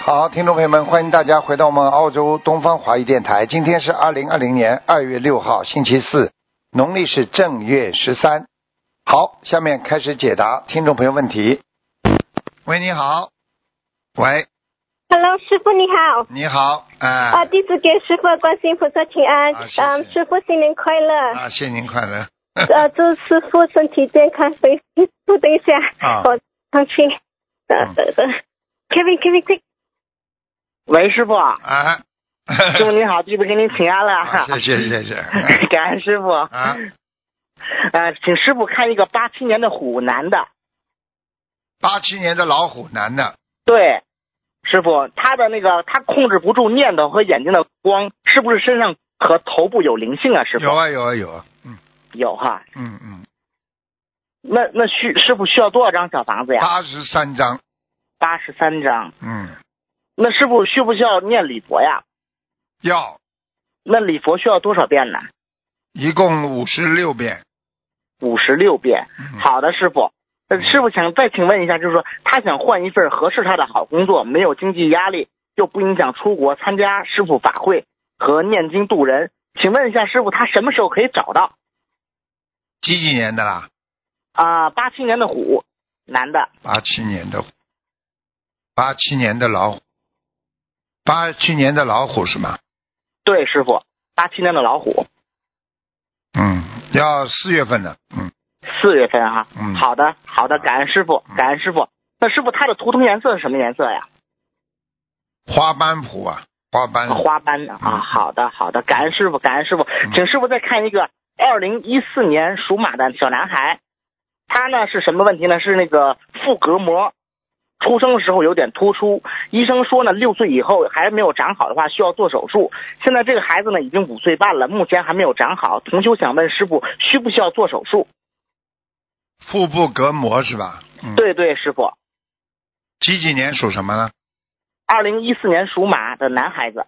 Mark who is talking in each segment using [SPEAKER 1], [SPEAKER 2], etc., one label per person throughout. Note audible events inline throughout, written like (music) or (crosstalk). [SPEAKER 1] 好，听众朋友们，欢迎大家回到我们澳洲东方华语电台。今天是二零二零年二月六号，星期四，农历是正月十三。好，下面开始解答听众朋友问题。喂，你好。喂，
[SPEAKER 2] Hello，师傅你好。
[SPEAKER 1] 你好，哎、
[SPEAKER 2] 啊，弟子给师傅观世音菩萨请安。
[SPEAKER 1] 啊
[SPEAKER 2] 嗯，
[SPEAKER 1] 谢谢
[SPEAKER 2] 师傅新年快乐。
[SPEAKER 1] 啊，新年快乐。
[SPEAKER 2] 呃，祝师傅身体健康。等一等一下，
[SPEAKER 1] 啊
[SPEAKER 2] 我上去。呃
[SPEAKER 1] 嗯
[SPEAKER 2] 呃呃，Kevin，Kevin，quick，
[SPEAKER 3] 喂，
[SPEAKER 1] (laughs)
[SPEAKER 3] 师傅，
[SPEAKER 1] 啊，
[SPEAKER 3] 师傅你好，弟子给您请安了。
[SPEAKER 1] 啊 (laughs) 谢谢谢谢。
[SPEAKER 3] (laughs) 感恩师傅。
[SPEAKER 1] 啊，
[SPEAKER 3] 呃，请师傅看一个八七年的虎男的，
[SPEAKER 1] 八七年的老虎男的，
[SPEAKER 3] 对，师傅，他的那个他控制不住念头和眼睛的光，是不是身上和头部有灵性啊？师傅
[SPEAKER 1] 有啊有啊有啊，嗯
[SPEAKER 3] 有哈，
[SPEAKER 1] 嗯嗯，
[SPEAKER 3] 那那需师傅需要多少张小房子呀？
[SPEAKER 1] 八十三章，
[SPEAKER 3] 八十三张。
[SPEAKER 1] 嗯，
[SPEAKER 3] 那师傅需不需要念礼佛呀？
[SPEAKER 1] 要
[SPEAKER 3] 那礼佛需要多少遍呢？
[SPEAKER 1] 一共五十六遍。
[SPEAKER 3] 五十六遍。
[SPEAKER 1] 嗯
[SPEAKER 3] 好的，师傅。呃，师傅想再请问一下，就是说他想换一份合适他的好工作，没有经济压力，又不影响出国参加师傅法会和念经度人。请问一下师傅，他什么时候可以找到？
[SPEAKER 1] 几几年的啦？
[SPEAKER 3] 啊，八七年的虎，男的，
[SPEAKER 1] 八七年的，八七年的老虎，八七年的老虎是吗？
[SPEAKER 3] 对，师傅，八七年的老虎，
[SPEAKER 1] 嗯，要四月份的，嗯，
[SPEAKER 3] 四月份哈、
[SPEAKER 1] 嗯
[SPEAKER 3] 好的，好的，感恩师傅，感恩师傅。那师傅他的图腾颜色是什么颜色呀？
[SPEAKER 1] 花斑虎啊，花斑，
[SPEAKER 3] 花斑的
[SPEAKER 1] 嗯
[SPEAKER 3] 啊，好的，好的，感恩师傅，感恩师傅，请师傅再看一个二零一四年属马的小男孩，他呢是什么问题呢？是那个腹隔膜，出生的时候有点突出，医生说呢六岁以后还没有长好的话需要做手术。现在这个孩子呢已经五岁半了，目前还没有长好。同修想问师傅，需不需要做手术？
[SPEAKER 1] 腹部隔膜是吧？嗯，，
[SPEAKER 3] 对对，师傅，
[SPEAKER 1] 几几年属什么呢？
[SPEAKER 3] 二零一四年属马的男孩子，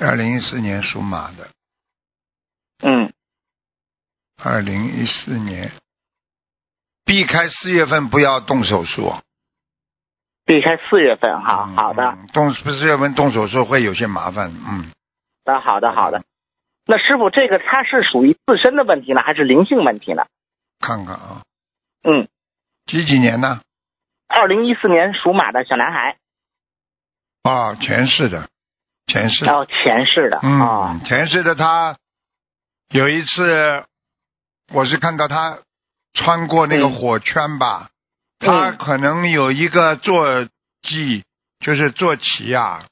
[SPEAKER 1] 二零一四年属马的，
[SPEAKER 3] 嗯，
[SPEAKER 1] 二零一四年，避开四月份不要动手术。
[SPEAKER 3] 避开四月份哈，
[SPEAKER 1] 嗯
[SPEAKER 3] 好的。
[SPEAKER 1] 嗯动四月份动手术会有些麻烦，嗯，
[SPEAKER 3] 那好的，好的。那师傅，这个他是属于自身的问题呢，还是灵性问题呢？
[SPEAKER 1] 看看啊，
[SPEAKER 3] 嗯，
[SPEAKER 1] 几几年呢？
[SPEAKER 3] 二零一四年属马的小男孩，
[SPEAKER 1] 啊，前世的，前世的
[SPEAKER 3] 然后前世的啊、
[SPEAKER 1] 嗯，前世的他有一次，我是看到他穿过那个
[SPEAKER 3] 嗯
[SPEAKER 1] 火圈吧，
[SPEAKER 3] 嗯
[SPEAKER 1] 他可能有一个坐骑，就是坐骑啊，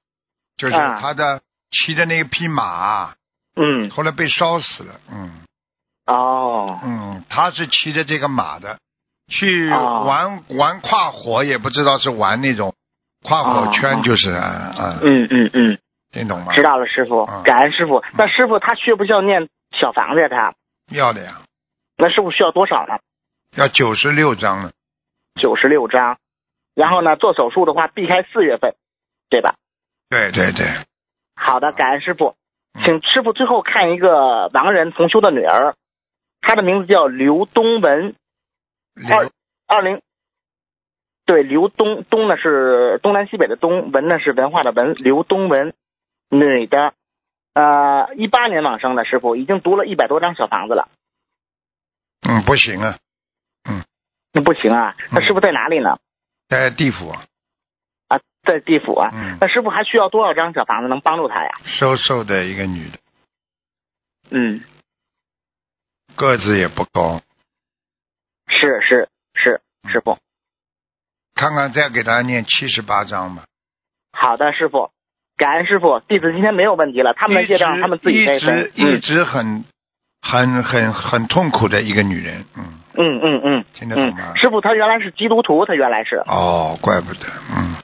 [SPEAKER 1] 就是
[SPEAKER 3] 啊
[SPEAKER 1] 他的骑的那匹马啊，
[SPEAKER 3] 嗯，
[SPEAKER 1] 后来被烧死了。嗯
[SPEAKER 3] 哦，
[SPEAKER 1] 嗯，他是骑着这个马的，去
[SPEAKER 3] 哦
[SPEAKER 1] 玩、玩跨火，也不知道是玩那种跨火圈，
[SPEAKER 3] 哦
[SPEAKER 1] 就是啊啊，
[SPEAKER 3] 嗯嗯嗯，
[SPEAKER 1] 听懂吗？
[SPEAKER 3] 知道了，师傅
[SPEAKER 1] 嗯，
[SPEAKER 3] 感恩师傅。那师傅他需不需要念小房子呀？他
[SPEAKER 1] 要的呀，
[SPEAKER 3] 那师傅需要多少呢？
[SPEAKER 1] 要九十六张了。
[SPEAKER 3] 九十六张。然后呢，做手术的话，避开四月份，对吧？
[SPEAKER 1] 对对对。
[SPEAKER 3] 嗯好的，感恩师傅，
[SPEAKER 1] 嗯
[SPEAKER 3] 请师傅最后看一个盲人同修的女儿，她的名字叫刘东文，
[SPEAKER 1] 刘
[SPEAKER 3] 二零，对，刘东东呢是东南西北的东，文呢是文化的文，刘东文，女的，呃，一八年往生的师傅，已经读了一百多张小房子了，
[SPEAKER 1] 嗯，不行啊，
[SPEAKER 3] 那不行啊，那师傅在哪里呢？
[SPEAKER 1] 在地府啊，
[SPEAKER 3] 啊，在地府啊，
[SPEAKER 1] 嗯，
[SPEAKER 3] 那师傅还需要多少张小房子能帮助他呀？
[SPEAKER 1] 瘦瘦的一个女的，
[SPEAKER 3] 嗯，
[SPEAKER 1] 个子也不高，
[SPEAKER 3] 是是是，师傅，
[SPEAKER 1] 看看再给她念七十八章吧。
[SPEAKER 3] 好的，师傅，感恩师傅，弟子今天没有问题了，他们的
[SPEAKER 1] 一直
[SPEAKER 3] 业障他们自己
[SPEAKER 1] 一
[SPEAKER 3] 背身
[SPEAKER 1] 直，一
[SPEAKER 3] 嗯
[SPEAKER 1] 直很很很很痛苦的一个女人，嗯，
[SPEAKER 3] 嗯嗯嗯
[SPEAKER 1] 听得懂吗
[SPEAKER 3] 嗯，？师傅他原来是基督徒，他原来是，
[SPEAKER 1] 哦，怪不得，嗯，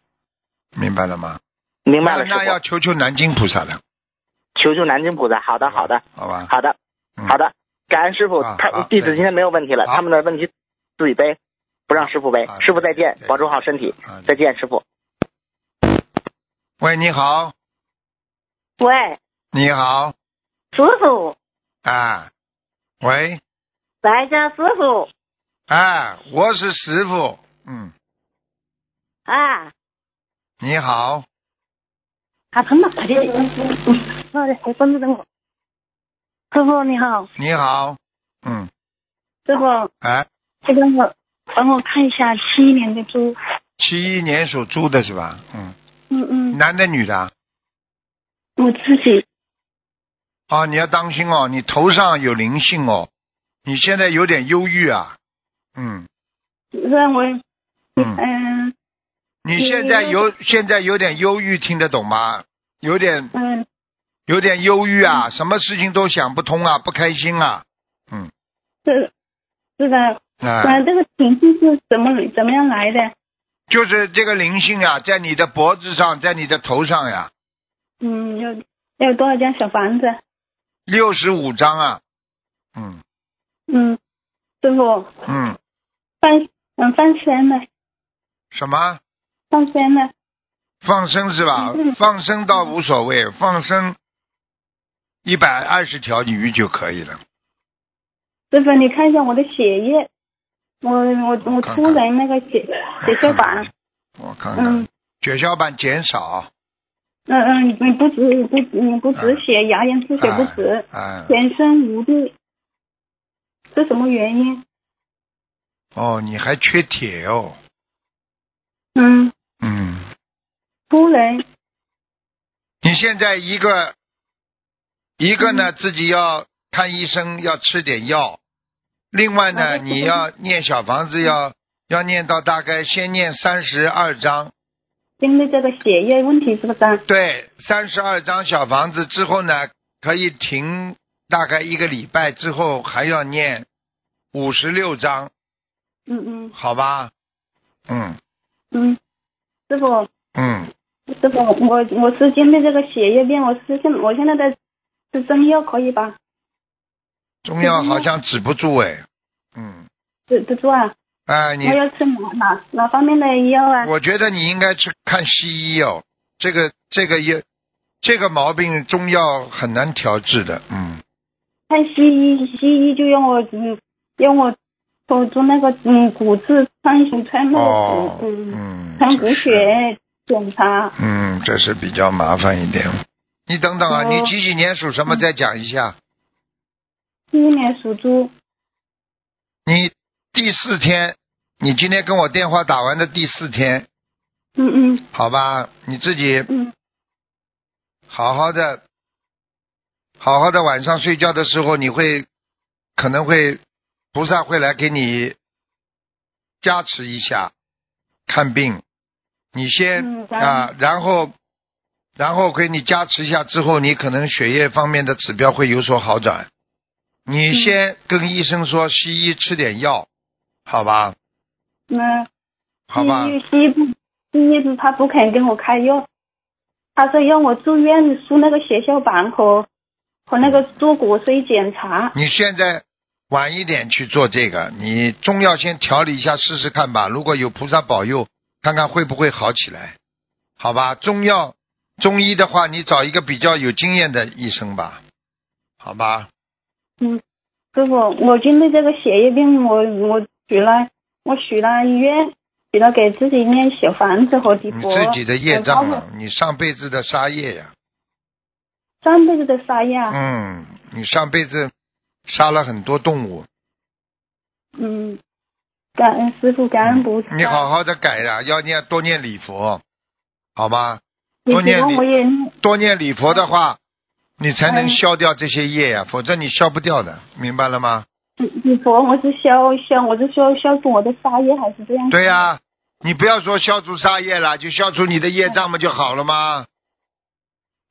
[SPEAKER 1] 明白了吗？
[SPEAKER 3] 明白了，师
[SPEAKER 1] 那那
[SPEAKER 3] 傅
[SPEAKER 1] 要。求求南京菩萨了，
[SPEAKER 3] 求求南京菩萨。好的，好的，
[SPEAKER 1] 好吧？
[SPEAKER 3] 好的，
[SPEAKER 1] 嗯
[SPEAKER 3] 好的。感恩师傅，
[SPEAKER 1] 啊
[SPEAKER 3] 他
[SPEAKER 1] 好
[SPEAKER 3] 弟
[SPEAKER 1] 再
[SPEAKER 3] 子
[SPEAKER 1] 见
[SPEAKER 3] 今天没有问题了，
[SPEAKER 1] 好
[SPEAKER 3] 他们的问题自己背，不让师傅背
[SPEAKER 1] 啊。
[SPEAKER 3] 师傅再见
[SPEAKER 1] 再见，
[SPEAKER 3] 保重好身体，
[SPEAKER 1] 啊，
[SPEAKER 3] 再见，师傅。
[SPEAKER 1] 喂，你好，
[SPEAKER 4] 喂，
[SPEAKER 1] 你好，
[SPEAKER 4] 师傅，
[SPEAKER 1] 啊，喂，
[SPEAKER 4] 白家师傅
[SPEAKER 1] 哎啊，我是师傅，嗯，
[SPEAKER 4] 啊，
[SPEAKER 1] 你好，
[SPEAKER 4] 啊，真的，快点，那得还等着等我。师傅你好，
[SPEAKER 1] 你好，嗯，
[SPEAKER 4] 师傅，
[SPEAKER 1] 哎，
[SPEAKER 4] 这个我帮我看一下七一年的猪，
[SPEAKER 1] 七一年属猪的是吧？嗯，
[SPEAKER 4] 嗯嗯，
[SPEAKER 1] 男的女的啊？
[SPEAKER 4] 我自己，
[SPEAKER 1] 哦，你要当心哦，你头上有灵性哦，你现在有点忧郁啊，嗯
[SPEAKER 4] 让我，
[SPEAKER 1] 嗯，
[SPEAKER 4] 嗯
[SPEAKER 1] 你现在有现在有点忧郁，听得懂吗？有点
[SPEAKER 4] 嗯
[SPEAKER 1] 有点忧郁啊，什么事情都想不通啊，不开心啊，嗯，
[SPEAKER 4] 是是的，
[SPEAKER 1] 啊、
[SPEAKER 4] 嗯，这个情绪是怎么怎么样来的？
[SPEAKER 1] 就是这个灵性啊，在你的脖子上，在你的头上呀，
[SPEAKER 4] 嗯，要要多少间小房子？
[SPEAKER 1] 六十五张啊，嗯
[SPEAKER 4] 嗯，师傅，
[SPEAKER 1] 嗯，
[SPEAKER 4] 放嗯放生了，
[SPEAKER 1] 什么
[SPEAKER 4] 放生了，
[SPEAKER 1] 放生是吧？
[SPEAKER 4] 嗯
[SPEAKER 1] 放生倒无所谓，放生一百二十条鱼就可以了。
[SPEAKER 4] 师傅你看一下我的血液，我
[SPEAKER 1] 我
[SPEAKER 4] 我我
[SPEAKER 1] 看看啊
[SPEAKER 4] 突然那个血血小板，
[SPEAKER 1] 我看看
[SPEAKER 4] 嗯，
[SPEAKER 1] 血小板减少，
[SPEAKER 4] 嗯嗯，你你不止不你不止
[SPEAKER 1] 啊
[SPEAKER 4] 血，牙龈出血不止，
[SPEAKER 1] 哎，哎
[SPEAKER 4] 全身无力，是什么原因？
[SPEAKER 1] 哦，你还缺铁哦，
[SPEAKER 4] 嗯，
[SPEAKER 1] 嗯，
[SPEAKER 4] 突然
[SPEAKER 1] 你现在一个一个
[SPEAKER 4] 嗯
[SPEAKER 1] 呢，自己要看医生，要吃点药。另外呢，
[SPEAKER 4] 好的
[SPEAKER 1] 你要念小房子，要要念到大概先念三十二章，
[SPEAKER 4] 因为这个血液问题是不是啊？
[SPEAKER 1] 对，三十二章小房子之后呢，可以停大概一个礼拜之后，还要念五十六章，
[SPEAKER 4] 嗯嗯
[SPEAKER 1] 好吧？嗯
[SPEAKER 4] 嗯，师傅
[SPEAKER 1] 嗯，
[SPEAKER 4] 师傅，我我是因为这个血液病，我是现我现在在吃中药可以吧？
[SPEAKER 1] 中药好像止不住哎，嗯，
[SPEAKER 4] 止止住啊？
[SPEAKER 1] 哎，你
[SPEAKER 4] 我要吃哪哪哪方面的药啊？
[SPEAKER 1] 我觉得你应该去看西医哦，这个这个也这个毛病中药很难调治的，嗯，
[SPEAKER 4] 看西医，西医就让我嗯，让我手中那个嗯骨质穿行穿那个
[SPEAKER 1] 哦，
[SPEAKER 4] 骨嗯
[SPEAKER 1] 嗯，
[SPEAKER 4] 穿骨
[SPEAKER 1] 这是
[SPEAKER 4] 血检查，
[SPEAKER 1] 嗯，这是比较麻烦一点。你等等啊，
[SPEAKER 4] 哦
[SPEAKER 1] 你几几年属什么？再讲一下。
[SPEAKER 4] 第一年属猪，
[SPEAKER 1] 你第四天，你今天跟我电话打完的第四天，
[SPEAKER 4] 嗯嗯
[SPEAKER 1] 好吧？你自己
[SPEAKER 4] 嗯
[SPEAKER 1] 好好的，好好的晚上睡觉的时候，你会可能会菩萨会来给你加持一下，看病。你先、
[SPEAKER 4] 嗯然后
[SPEAKER 1] 啊，然后然后给你加持一下之后，你可能血液方面的指标会有所好转。
[SPEAKER 4] 嗯
[SPEAKER 1] 你先跟医生说西医吃点药，好吧？
[SPEAKER 4] 那
[SPEAKER 1] 好吧，
[SPEAKER 4] 西医西医不西医他不肯给我开药，他说让我住院输那个血小板和和那个做骨髓检查，
[SPEAKER 1] 你现在晚一点去做这个，你中药先调理一下试试看吧。如果有菩萨保佑，看看会不会好起来，好吧？中药中医的话，你找一个比较有经验的医生吧，好吧？
[SPEAKER 4] 师傅，我因为这个血液病，我我许了，我许了愿，许了给自己念小房子和地
[SPEAKER 1] 你
[SPEAKER 4] 佛。
[SPEAKER 1] 自己的业障
[SPEAKER 4] 我包括
[SPEAKER 1] 啊，你上辈子的杀业呀、
[SPEAKER 4] 上辈子的杀业啊，
[SPEAKER 1] 嗯，你上辈子杀了很多动物，
[SPEAKER 4] 嗯，感恩师傅，感恩菩萨。
[SPEAKER 1] 你好，好的改呀、要念多念礼佛，好吗？
[SPEAKER 4] 你
[SPEAKER 1] 多念
[SPEAKER 4] 提供
[SPEAKER 1] 礼
[SPEAKER 4] 我也
[SPEAKER 1] 多念礼佛的话，你才能
[SPEAKER 4] 嗯
[SPEAKER 1] 消掉这些业呀、否则你消不掉的，明白了吗？
[SPEAKER 4] 地佛，我是消消，我是消消除我的杀业，还是这样？
[SPEAKER 1] 对呀、你不要说消除杀业了，就消除你的业障不就好了吗？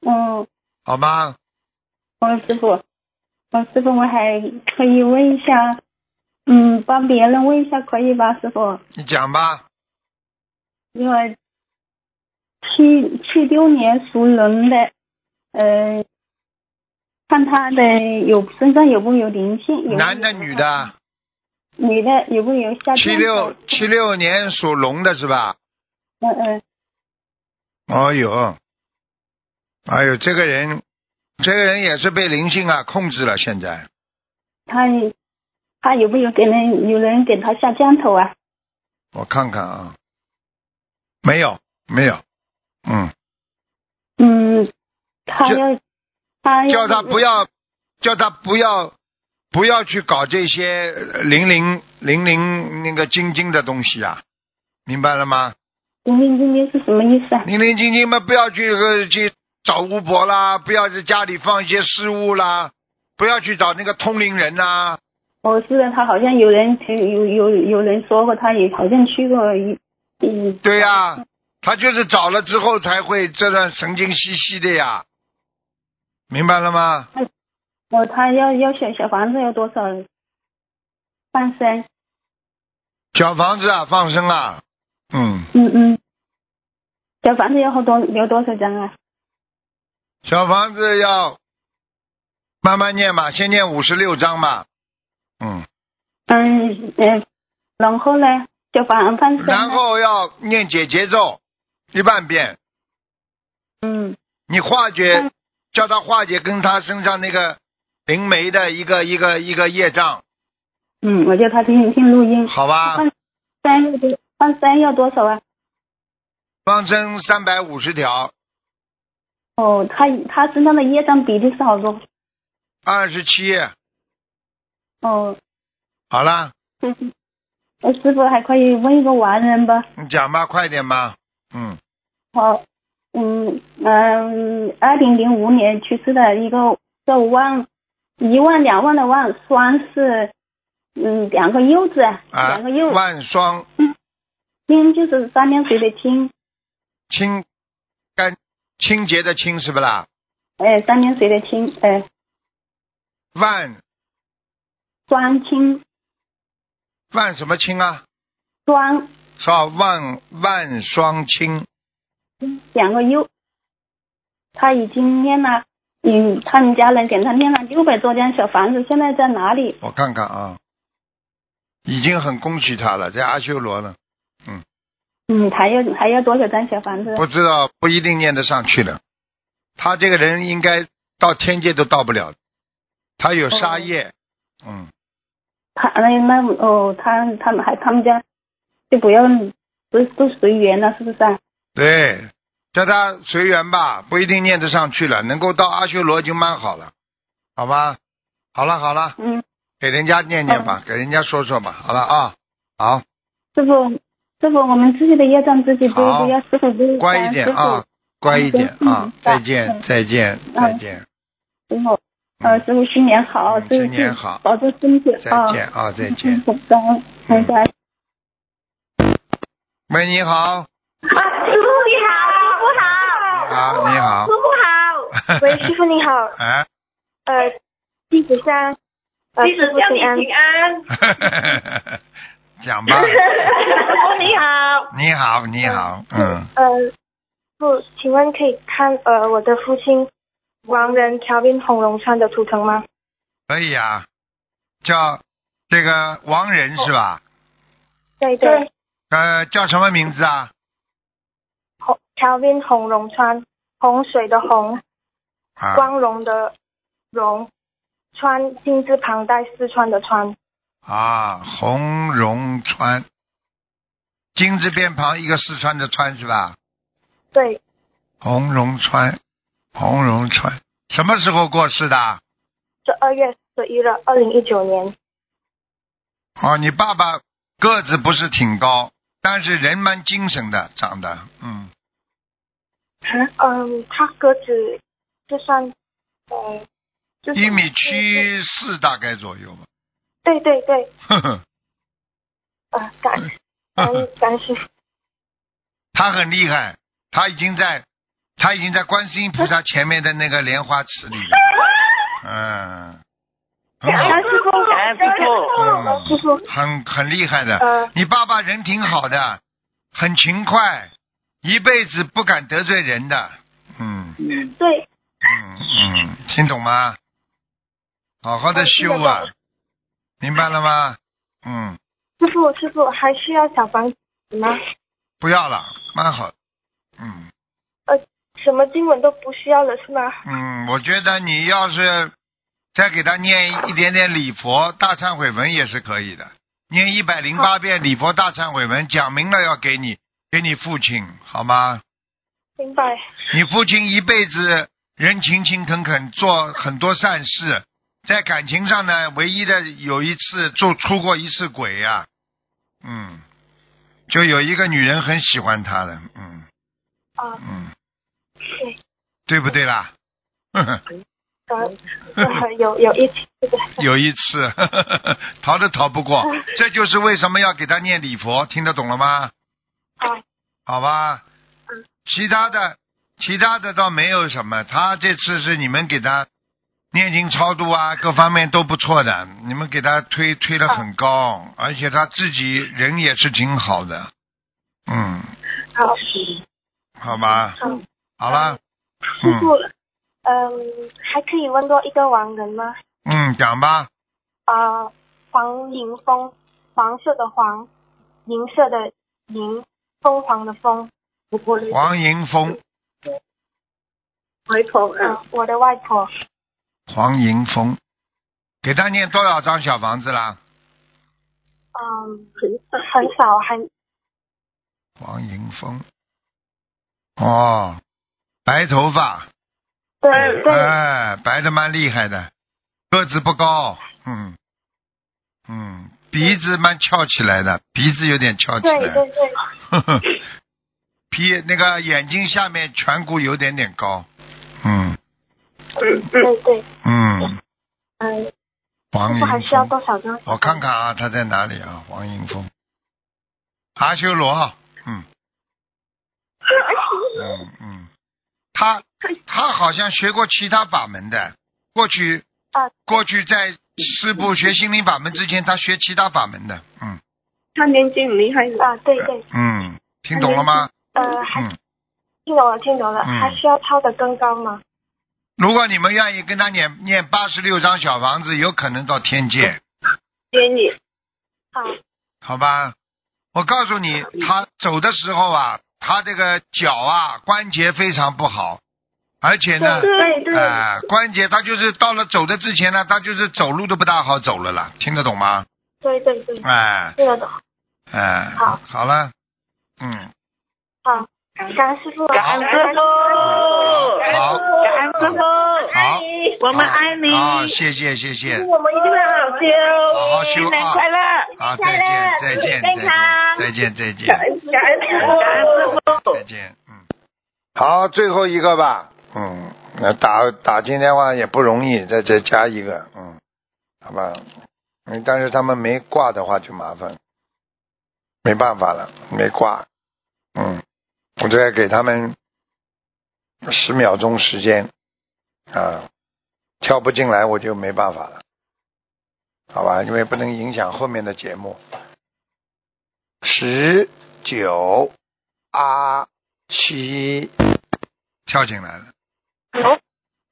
[SPEAKER 4] 嗯，
[SPEAKER 1] 好吗？
[SPEAKER 4] 嗯，师傅，嗯，师傅，我还可以问一下，嗯，帮别人问一下可以吧，师傅？
[SPEAKER 1] 你讲吧，
[SPEAKER 4] 因为七七六年属龙的，呃，看他的有身上有没有灵性，有没有
[SPEAKER 1] 男的女的，
[SPEAKER 4] 女的有没有下降？
[SPEAKER 1] 七六，七六年属龙的是吧？
[SPEAKER 4] 嗯嗯
[SPEAKER 1] 哦呦，哎呦，这个人，这个人也是被灵性啊控制了，现在
[SPEAKER 4] 他他有没有给人有人给他下降头啊？
[SPEAKER 1] 我看看啊，没有没有，嗯，
[SPEAKER 4] 嗯，他要他要呃
[SPEAKER 1] 叫他不要，叫他不要，不要去搞这些呃零零零零那个晶晶的东西啊，明白了吗？
[SPEAKER 4] 零零今天是什么意思啊？
[SPEAKER 1] 零零晶晶嘛，不要去呃去找巫婆啦，不要在家里放一些失物啦，不要去找那个通灵人啦。
[SPEAKER 4] 我知道他好像有人有有有人说过，他也好像去过一嗯，
[SPEAKER 1] 对呀、他就是找了之后才会这段神经兮兮的呀，明白了吗？
[SPEAKER 4] 我哦他要要小小房子要多少？半生，
[SPEAKER 1] 小房子啊，放生啊，嗯，
[SPEAKER 4] 嗯嗯，小房子要好多要多少张啊？
[SPEAKER 1] 小房子要慢慢念嘛，先念五十六章吧，嗯，
[SPEAKER 4] 嗯嗯，然后呢？小房半生呢，
[SPEAKER 1] 然后要念解结咒一万遍，
[SPEAKER 4] 嗯
[SPEAKER 1] 你化解
[SPEAKER 4] 嗯，
[SPEAKER 1] 叫他化解跟他身上那个灵媒的一个一个一个业障，
[SPEAKER 4] 嗯，我叫他听听录音。
[SPEAKER 1] 好吧？
[SPEAKER 4] 半生要多半生要多少啊？
[SPEAKER 1] 放生三百五十条，
[SPEAKER 4] 哦，他他身上的业障比例是好多
[SPEAKER 1] 二十七，
[SPEAKER 4] 哦。
[SPEAKER 1] 好了，
[SPEAKER 4] 嗯嗯呃，师傅还可以问一个完人吧？
[SPEAKER 1] 你讲吧，快点吧，嗯。
[SPEAKER 4] 好，嗯嗯，二零零五年去世的一个叫万一万两万的万双是嗯两个柚子，
[SPEAKER 1] 啊
[SPEAKER 4] 两个柚，，
[SPEAKER 1] 万双
[SPEAKER 4] 听就是三点水的听，
[SPEAKER 1] 清干清洁的清是不啦？
[SPEAKER 4] 呃，三点水的听，呃，
[SPEAKER 1] 万
[SPEAKER 4] 双清
[SPEAKER 1] 万什么清啊？
[SPEAKER 4] 双
[SPEAKER 1] 是吧？万万双清，
[SPEAKER 4] 两个柚，他已经念了，嗯，他们家人给他念了六百多间小房子，现在在哪里？
[SPEAKER 1] 我看看啊，已经很恭喜他了，在阿修罗了，
[SPEAKER 4] 嗯，还要还要多少张小房子？
[SPEAKER 1] 不知道不一定念得上去了。他这个人应该到天界都到不了，他有杀业，嗯，
[SPEAKER 4] 他那那哦，他他们还他们家就不要都都随缘了，是不是啊？
[SPEAKER 1] 对，叫他随缘吧，不一定念得上去了，能够到阿修罗就蛮好了，好吧？好了好了。
[SPEAKER 4] 嗯，
[SPEAKER 1] 给人家念念吧，给人家说说吧。好了啊，好，
[SPEAKER 4] 师傅师傅，我们自己的业障自己背，
[SPEAKER 1] 好
[SPEAKER 4] 不要师傅背。
[SPEAKER 1] 乖一点
[SPEAKER 4] 师傅
[SPEAKER 1] 啊，，乖一点啊
[SPEAKER 4] 嗯，
[SPEAKER 1] 再见，
[SPEAKER 4] 嗯
[SPEAKER 1] 再见，
[SPEAKER 4] 嗯
[SPEAKER 1] 再见，
[SPEAKER 4] 师傅，呃，师傅新年好，
[SPEAKER 1] 嗯
[SPEAKER 4] 师傅
[SPEAKER 1] 新年好
[SPEAKER 4] 保重身体
[SPEAKER 1] 再
[SPEAKER 4] 啊。
[SPEAKER 1] 见啊，再见。
[SPEAKER 4] 嗯，感恩感恩。
[SPEAKER 1] 喂，你好，
[SPEAKER 5] 啊，师傅你好，师傅好，
[SPEAKER 1] 啊好，你好
[SPEAKER 5] 师，傅好，喂，师傅你好，
[SPEAKER 1] (laughs) 哎，
[SPEAKER 5] 呃，弟子向，
[SPEAKER 4] 啊
[SPEAKER 5] 呃，
[SPEAKER 6] 弟子
[SPEAKER 5] 师傅
[SPEAKER 6] 向你
[SPEAKER 5] 平安，
[SPEAKER 4] (laughs)
[SPEAKER 6] 平安。
[SPEAKER 1] 讲吧，
[SPEAKER 6] 师傅你好，
[SPEAKER 1] 你好，你好，嗯，
[SPEAKER 5] 呃，不，请问可以看呃我的父亲王仁条边红龙川的图腾吗？
[SPEAKER 1] 可以啊，叫这个王仁是
[SPEAKER 4] 哦
[SPEAKER 1] 吧？
[SPEAKER 5] 对对，
[SPEAKER 1] 呃，叫什么名字啊？
[SPEAKER 5] 红条边红龙川，洪水的洪，
[SPEAKER 1] 啊，
[SPEAKER 5] 光荣的荣，川金字旁带四川的川，
[SPEAKER 1] 啊，洪荣川，金字边旁一个四川的川是吧？
[SPEAKER 5] 对，
[SPEAKER 1] 洪荣川，洪荣川，什么时候过世的？
[SPEAKER 5] 十二月十一日，二零一九年，
[SPEAKER 1] 哦，你爸爸个子不是挺高，但是人蛮精神的，长得，嗯，
[SPEAKER 5] 嗯，他个子就算，嗯，就是
[SPEAKER 1] 一米。七四大概左右
[SPEAKER 5] (laughs)
[SPEAKER 1] 吧。
[SPEAKER 5] 对对对，
[SPEAKER 1] 呵呵
[SPEAKER 5] 啊，感
[SPEAKER 1] 呵
[SPEAKER 5] 感
[SPEAKER 1] 呵，
[SPEAKER 5] 感谢师
[SPEAKER 1] (laughs) 他很厉害，他已经在，他已经在观世音菩萨前面的那个莲花池里
[SPEAKER 5] (laughs)
[SPEAKER 1] 了。嗯，
[SPEAKER 5] 哎
[SPEAKER 1] 很好，
[SPEAKER 5] 傅，
[SPEAKER 3] 感恩师傅，
[SPEAKER 1] 嗯，
[SPEAKER 5] 师傅，
[SPEAKER 1] 很很厉害的。
[SPEAKER 5] 呃，
[SPEAKER 1] 你爸爸人挺好的，很勤快，一辈子不敢得罪人的。嗯
[SPEAKER 5] 对，
[SPEAKER 1] 嗯嗯，听懂吗？好好的修啊，明白了吗？嗯，
[SPEAKER 5] 师傅师傅还需要小房子吗？
[SPEAKER 1] 不要了，蛮好。嗯
[SPEAKER 5] 什么经文都不需要了是吗？
[SPEAKER 1] 嗯，我觉得你要是再给他念一点点礼佛大忏悔文也是可以的，念一百零八遍礼佛大忏悔文，讲明了要给你给你父亲，好吗？
[SPEAKER 5] 明白，
[SPEAKER 1] 你父亲一辈子人勤勤恳恳，做很多善事，在感情上呢，唯一的有一次做出过一次轨呀、嗯，就有一个女人很喜欢他的，嗯
[SPEAKER 5] 啊，
[SPEAKER 1] 嗯，
[SPEAKER 5] 对，
[SPEAKER 1] 对不对啦？ (laughs) 呵呵
[SPEAKER 5] 呃，呃有有一起，对对
[SPEAKER 1] (laughs) 有一次逃都逃不
[SPEAKER 5] (laughs)
[SPEAKER 1] 过，这就是为什么要给他念礼佛，听得懂了吗？
[SPEAKER 5] 啊，
[SPEAKER 1] 好吧
[SPEAKER 5] 嗯，
[SPEAKER 1] 其他的其他的倒没有什么，他这次是你们给他念经超度啊，各方面都不错的，你们给他推推得很高，
[SPEAKER 5] 哦
[SPEAKER 1] 而且他自己人也是挺好的，嗯，
[SPEAKER 5] 好，
[SPEAKER 1] 好吧，
[SPEAKER 5] 嗯
[SPEAKER 1] 好啦，
[SPEAKER 5] 师
[SPEAKER 1] 嗯
[SPEAKER 5] 傅，嗯，还可以问多一个王人吗？
[SPEAKER 1] 嗯，讲吧，
[SPEAKER 5] 啊，黄迎风，黄色的黄，银色的银，凤凰的凤，
[SPEAKER 1] 黄迎风，
[SPEAKER 5] 嗯、我的外婆，
[SPEAKER 1] 黄迎风，给他念多少张小房子啦？
[SPEAKER 5] 嗯，很少，还
[SPEAKER 1] 王迎风，哦，白头发，
[SPEAKER 5] 对对，
[SPEAKER 1] 哎，白的蛮厉害的，个子不高，嗯，嗯，鼻子蛮翘起来的，鼻子有点翘起
[SPEAKER 5] 对对
[SPEAKER 1] 来，
[SPEAKER 5] 对，
[SPEAKER 1] 呵呵， (laughs) 皮那个眼睛下面颧骨有点点高，嗯
[SPEAKER 5] 对对，
[SPEAKER 1] 嗯，
[SPEAKER 5] 嗯，师
[SPEAKER 1] 王
[SPEAKER 5] 傅还
[SPEAKER 1] 迎
[SPEAKER 5] 需要
[SPEAKER 1] 风，
[SPEAKER 5] 多少张？
[SPEAKER 1] 我看看啊，他在哪里啊？王迎风，阿修罗，嗯，嗯嗯，他他好像学过其他法门的，过去
[SPEAKER 5] 啊，
[SPEAKER 1] 过去在师部学心灵法门之前，他学其他法门的，嗯
[SPEAKER 6] 他年纪很厉害的，
[SPEAKER 5] 啊，对对，
[SPEAKER 1] 嗯，听懂了吗？
[SPEAKER 5] 呃，还
[SPEAKER 1] 嗯，
[SPEAKER 5] 听懂了，听懂了，
[SPEAKER 1] 嗯
[SPEAKER 5] 还需要抄的更高吗？
[SPEAKER 1] 如果你们愿意跟他念念八十六张小房子，有可能到天界，
[SPEAKER 6] 给你
[SPEAKER 5] 啊，
[SPEAKER 1] 好吧？我告诉你，他走的时候啊，他这个脚啊关节非常不好，而且呢，
[SPEAKER 6] 对对
[SPEAKER 1] 啊、关节他就是到了走的之前呢，他就是走路都不大好走了啦，听得懂吗？
[SPEAKER 5] 对对对，
[SPEAKER 1] 哎、
[SPEAKER 5] 听得懂。
[SPEAKER 1] 哎、
[SPEAKER 5] 好
[SPEAKER 1] 好了，嗯，
[SPEAKER 5] 好，感恩师傅，
[SPEAKER 1] 感恩
[SPEAKER 6] 师傅，
[SPEAKER 1] 好，
[SPEAKER 6] 感恩师傅，
[SPEAKER 1] 好，
[SPEAKER 6] 我们爱你，
[SPEAKER 1] 啊，谢谢谢谢，
[SPEAKER 6] 我们一定会好修，
[SPEAKER 1] 好好修
[SPEAKER 6] 新年
[SPEAKER 1] 啊
[SPEAKER 6] 快乐，
[SPEAKER 1] 好，再见再见
[SPEAKER 6] 健康
[SPEAKER 1] 再见再见再
[SPEAKER 6] 感
[SPEAKER 1] 见
[SPEAKER 6] 恩感恩师傅，感恩师傅
[SPEAKER 1] 再。见，嗯，好，最后一个吧，嗯，那打打进电话也不容易，再再加一个，嗯，好吧，嗯，但是他们没挂的话就麻烦，没办法了，没挂，嗯，我再给他们十秒钟时间，啊，跳不进来我就没办法了，好吧，因为不能影响后面的节目。十九啊七，跳进来了。
[SPEAKER 2] Hello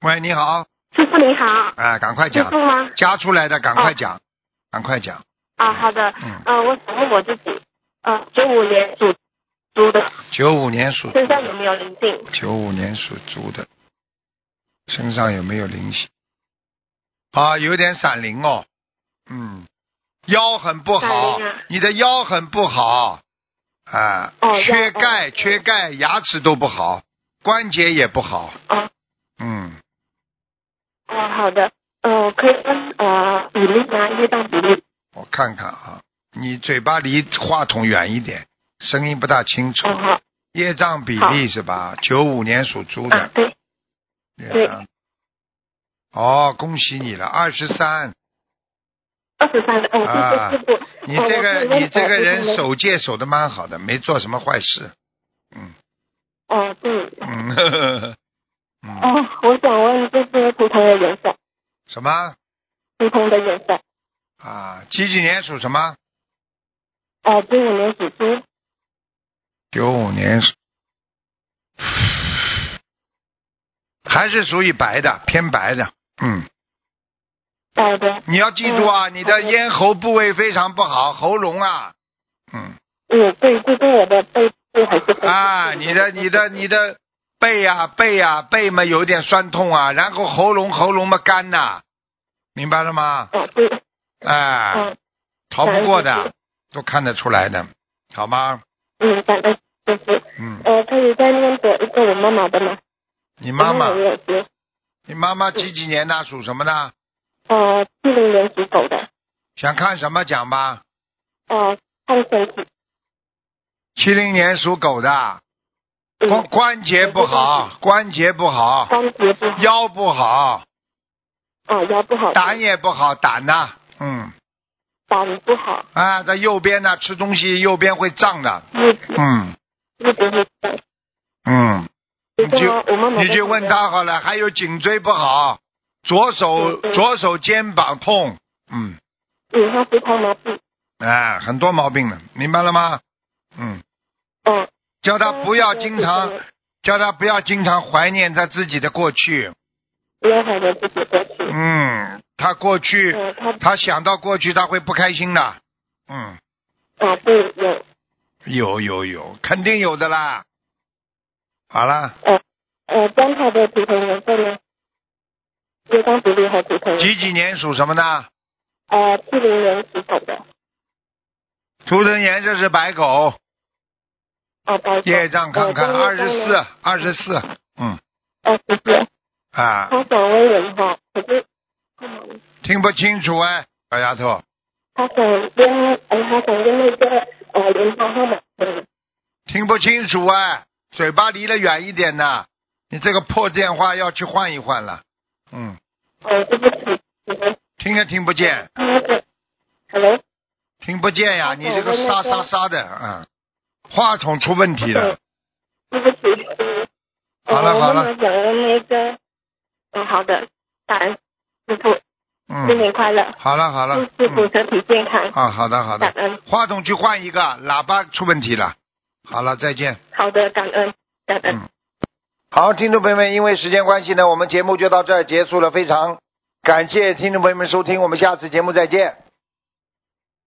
[SPEAKER 1] 喂，你好，
[SPEAKER 2] 师傅你好，
[SPEAKER 1] 哎，赶快
[SPEAKER 2] 师
[SPEAKER 1] 讲
[SPEAKER 2] 傅，吗？哦
[SPEAKER 1] 加出来的赶快讲，赶快讲，
[SPEAKER 2] 啊，好的，
[SPEAKER 1] 嗯，
[SPEAKER 2] 呃，我想问我自己，呃，九五年属猪的
[SPEAKER 1] 九五年属猪
[SPEAKER 2] 身上有
[SPEAKER 1] 的，
[SPEAKER 2] 没有灵性？
[SPEAKER 1] 九五年属猪的，身上有没有灵性？啊，有点闪灵哦，嗯，腰很不
[SPEAKER 2] 闪
[SPEAKER 1] 好，
[SPEAKER 2] 灵啊
[SPEAKER 1] 你的腰很不好，啊，
[SPEAKER 2] 哦
[SPEAKER 1] 缺
[SPEAKER 2] 腰哦
[SPEAKER 1] 钙，缺钙，牙齿都不好，关节也不好，
[SPEAKER 2] 哦
[SPEAKER 1] 嗯。
[SPEAKER 2] 哦，好的，呃，可以问呃比例吗？业障比例？
[SPEAKER 1] 我看看啊，你嘴巴离话筒远一点，声音不大清楚
[SPEAKER 2] 哦，。好，
[SPEAKER 1] 业障比例是吧？九五年属猪
[SPEAKER 2] 啊
[SPEAKER 1] 的，
[SPEAKER 2] 对，
[SPEAKER 1] 业障。哦，恭喜你了，二十三。
[SPEAKER 2] 二十三个，哦，
[SPEAKER 1] 啊
[SPEAKER 2] 谢谢师傅。
[SPEAKER 1] 你
[SPEAKER 2] 哦
[SPEAKER 1] 这
[SPEAKER 2] 我是
[SPEAKER 1] 个
[SPEAKER 2] 那
[SPEAKER 1] 你这个人
[SPEAKER 2] 就是
[SPEAKER 1] 守戒守的蛮好的，没做什么坏事。嗯
[SPEAKER 2] 哦，对，
[SPEAKER 1] 嗯 (laughs) 呵呵呵嗯，
[SPEAKER 2] 哦，我想问就是图腾的颜色，
[SPEAKER 1] 什么
[SPEAKER 2] 图腾的颜色，
[SPEAKER 1] 啊？几几年属什么？
[SPEAKER 2] 呃，九五年属猪，
[SPEAKER 1] 九五年属， (sighs) 还是属于白的，偏白的。嗯。
[SPEAKER 2] 好的，
[SPEAKER 1] 你要记住啊，
[SPEAKER 2] 嗯
[SPEAKER 1] 你的
[SPEAKER 2] 好的
[SPEAKER 1] 咽喉部位非常不好，喉咙啊，嗯
[SPEAKER 2] 嗯，对，最近我的背部还 (laughs) 是很
[SPEAKER 1] 啊，你的你的你的背啊背啊背嘛有点酸痛啊，然后喉咙喉咙嘛干呐、明白了吗？
[SPEAKER 2] 哦，对，
[SPEAKER 1] 哎，
[SPEAKER 2] 嗯
[SPEAKER 1] 逃不过
[SPEAKER 2] 感恩
[SPEAKER 1] 的，都看得出来的，好吗？
[SPEAKER 2] 嗯，感恩师傅。
[SPEAKER 1] 嗯，
[SPEAKER 2] 呃，他也在念着一个我妈妈的嘛，
[SPEAKER 1] 你妈妈
[SPEAKER 2] 我，也有接。
[SPEAKER 1] 你妈妈几几年的？属什么的？
[SPEAKER 2] 呃，七零年属狗的，
[SPEAKER 1] 想看什么讲吧？
[SPEAKER 2] 呃，看身体。
[SPEAKER 1] 七零年属狗的，关
[SPEAKER 2] 嗯，
[SPEAKER 1] 关节不好，关节不好，
[SPEAKER 2] 关节不好，
[SPEAKER 1] 腰不好，
[SPEAKER 2] 啊、腰不好，
[SPEAKER 1] 胆也不好，胆呐、嗯，
[SPEAKER 2] 胆不好，
[SPEAKER 1] 啊，在右边呢，吃东西右边会胀的，
[SPEAKER 2] 日
[SPEAKER 1] 嗯
[SPEAKER 2] 日子会长。
[SPEAKER 1] 嗯，
[SPEAKER 2] 你
[SPEAKER 1] 你就
[SPEAKER 2] 说我妈妈在
[SPEAKER 1] 你去问他好了。还有颈椎不好，左手
[SPEAKER 2] 嗯嗯
[SPEAKER 1] 左手肩膀痛，嗯，
[SPEAKER 2] 旁边，嗯，他非常麻痹，
[SPEAKER 1] 哎，很多毛病了，明白了吗？嗯，
[SPEAKER 2] 嗯，
[SPEAKER 1] 叫他不要
[SPEAKER 2] 嗯
[SPEAKER 1] 经常，叫他不要经常怀念他自己的过去，
[SPEAKER 2] 不要怀着自己过去，
[SPEAKER 1] 嗯，他过去。
[SPEAKER 2] 嗯，他
[SPEAKER 1] 他想到过去，他会不开心的。嗯，
[SPEAKER 2] 啊，对，有，
[SPEAKER 1] 有有有，肯定有的啦。好啦，
[SPEAKER 2] 呃，将他的图腾颜色呢，就当比例和图腾，
[SPEAKER 1] 几几年属什么呢？
[SPEAKER 2] 呃，七零年属狗的，
[SPEAKER 1] 图腾颜色是白狗，
[SPEAKER 2] 啊，白色
[SPEAKER 1] 业障看看，
[SPEAKER 2] 呃
[SPEAKER 1] 二十
[SPEAKER 2] 这个业障
[SPEAKER 1] 四
[SPEAKER 2] 呢，
[SPEAKER 1] 二十四，嗯
[SPEAKER 2] 呃，谢谢，
[SPEAKER 1] 啊，
[SPEAKER 2] 他想问人哈，可是，嗯。
[SPEAKER 1] 听不清楚哎，小丫头，哎
[SPEAKER 2] 他想跟呃，他想跟那个呃银行号码的，
[SPEAKER 1] 听不清楚哎，嘴巴离得远一点呐。你这个破电话要去换一换了，嗯，
[SPEAKER 2] 呃，对不起，嗯
[SPEAKER 1] 听也听不见，
[SPEAKER 2] 那个，hello，
[SPEAKER 1] 听不见呀，
[SPEAKER 2] 他
[SPEAKER 1] 你
[SPEAKER 2] 想
[SPEAKER 1] 这个
[SPEAKER 2] 问
[SPEAKER 1] 沙沙
[SPEAKER 2] 那个
[SPEAKER 1] 沙的，嗯，话筒出问题了。
[SPEAKER 2] 对不起，嗯，
[SPEAKER 1] 好了
[SPEAKER 2] 呃
[SPEAKER 1] 好了
[SPEAKER 2] 我妈妈想问那个，嗯，好的，感恩师傅，新
[SPEAKER 1] 嗯，
[SPEAKER 2] 年快乐，
[SPEAKER 1] 好了好
[SPEAKER 2] 祝
[SPEAKER 1] 了，
[SPEAKER 2] 师傅
[SPEAKER 1] 嗯、
[SPEAKER 2] 身体健康，
[SPEAKER 1] 啊，好的好
[SPEAKER 2] 感
[SPEAKER 1] 的，
[SPEAKER 2] 恩，
[SPEAKER 1] 话筒去换一个，喇叭出问题了。好了，再见。
[SPEAKER 2] 好的，感恩，感恩
[SPEAKER 1] 嗯。好，听众朋友们，因为时间关系呢，我们节目就到这儿结束了。非常感谢听众朋友们收听，我们下次节目再见。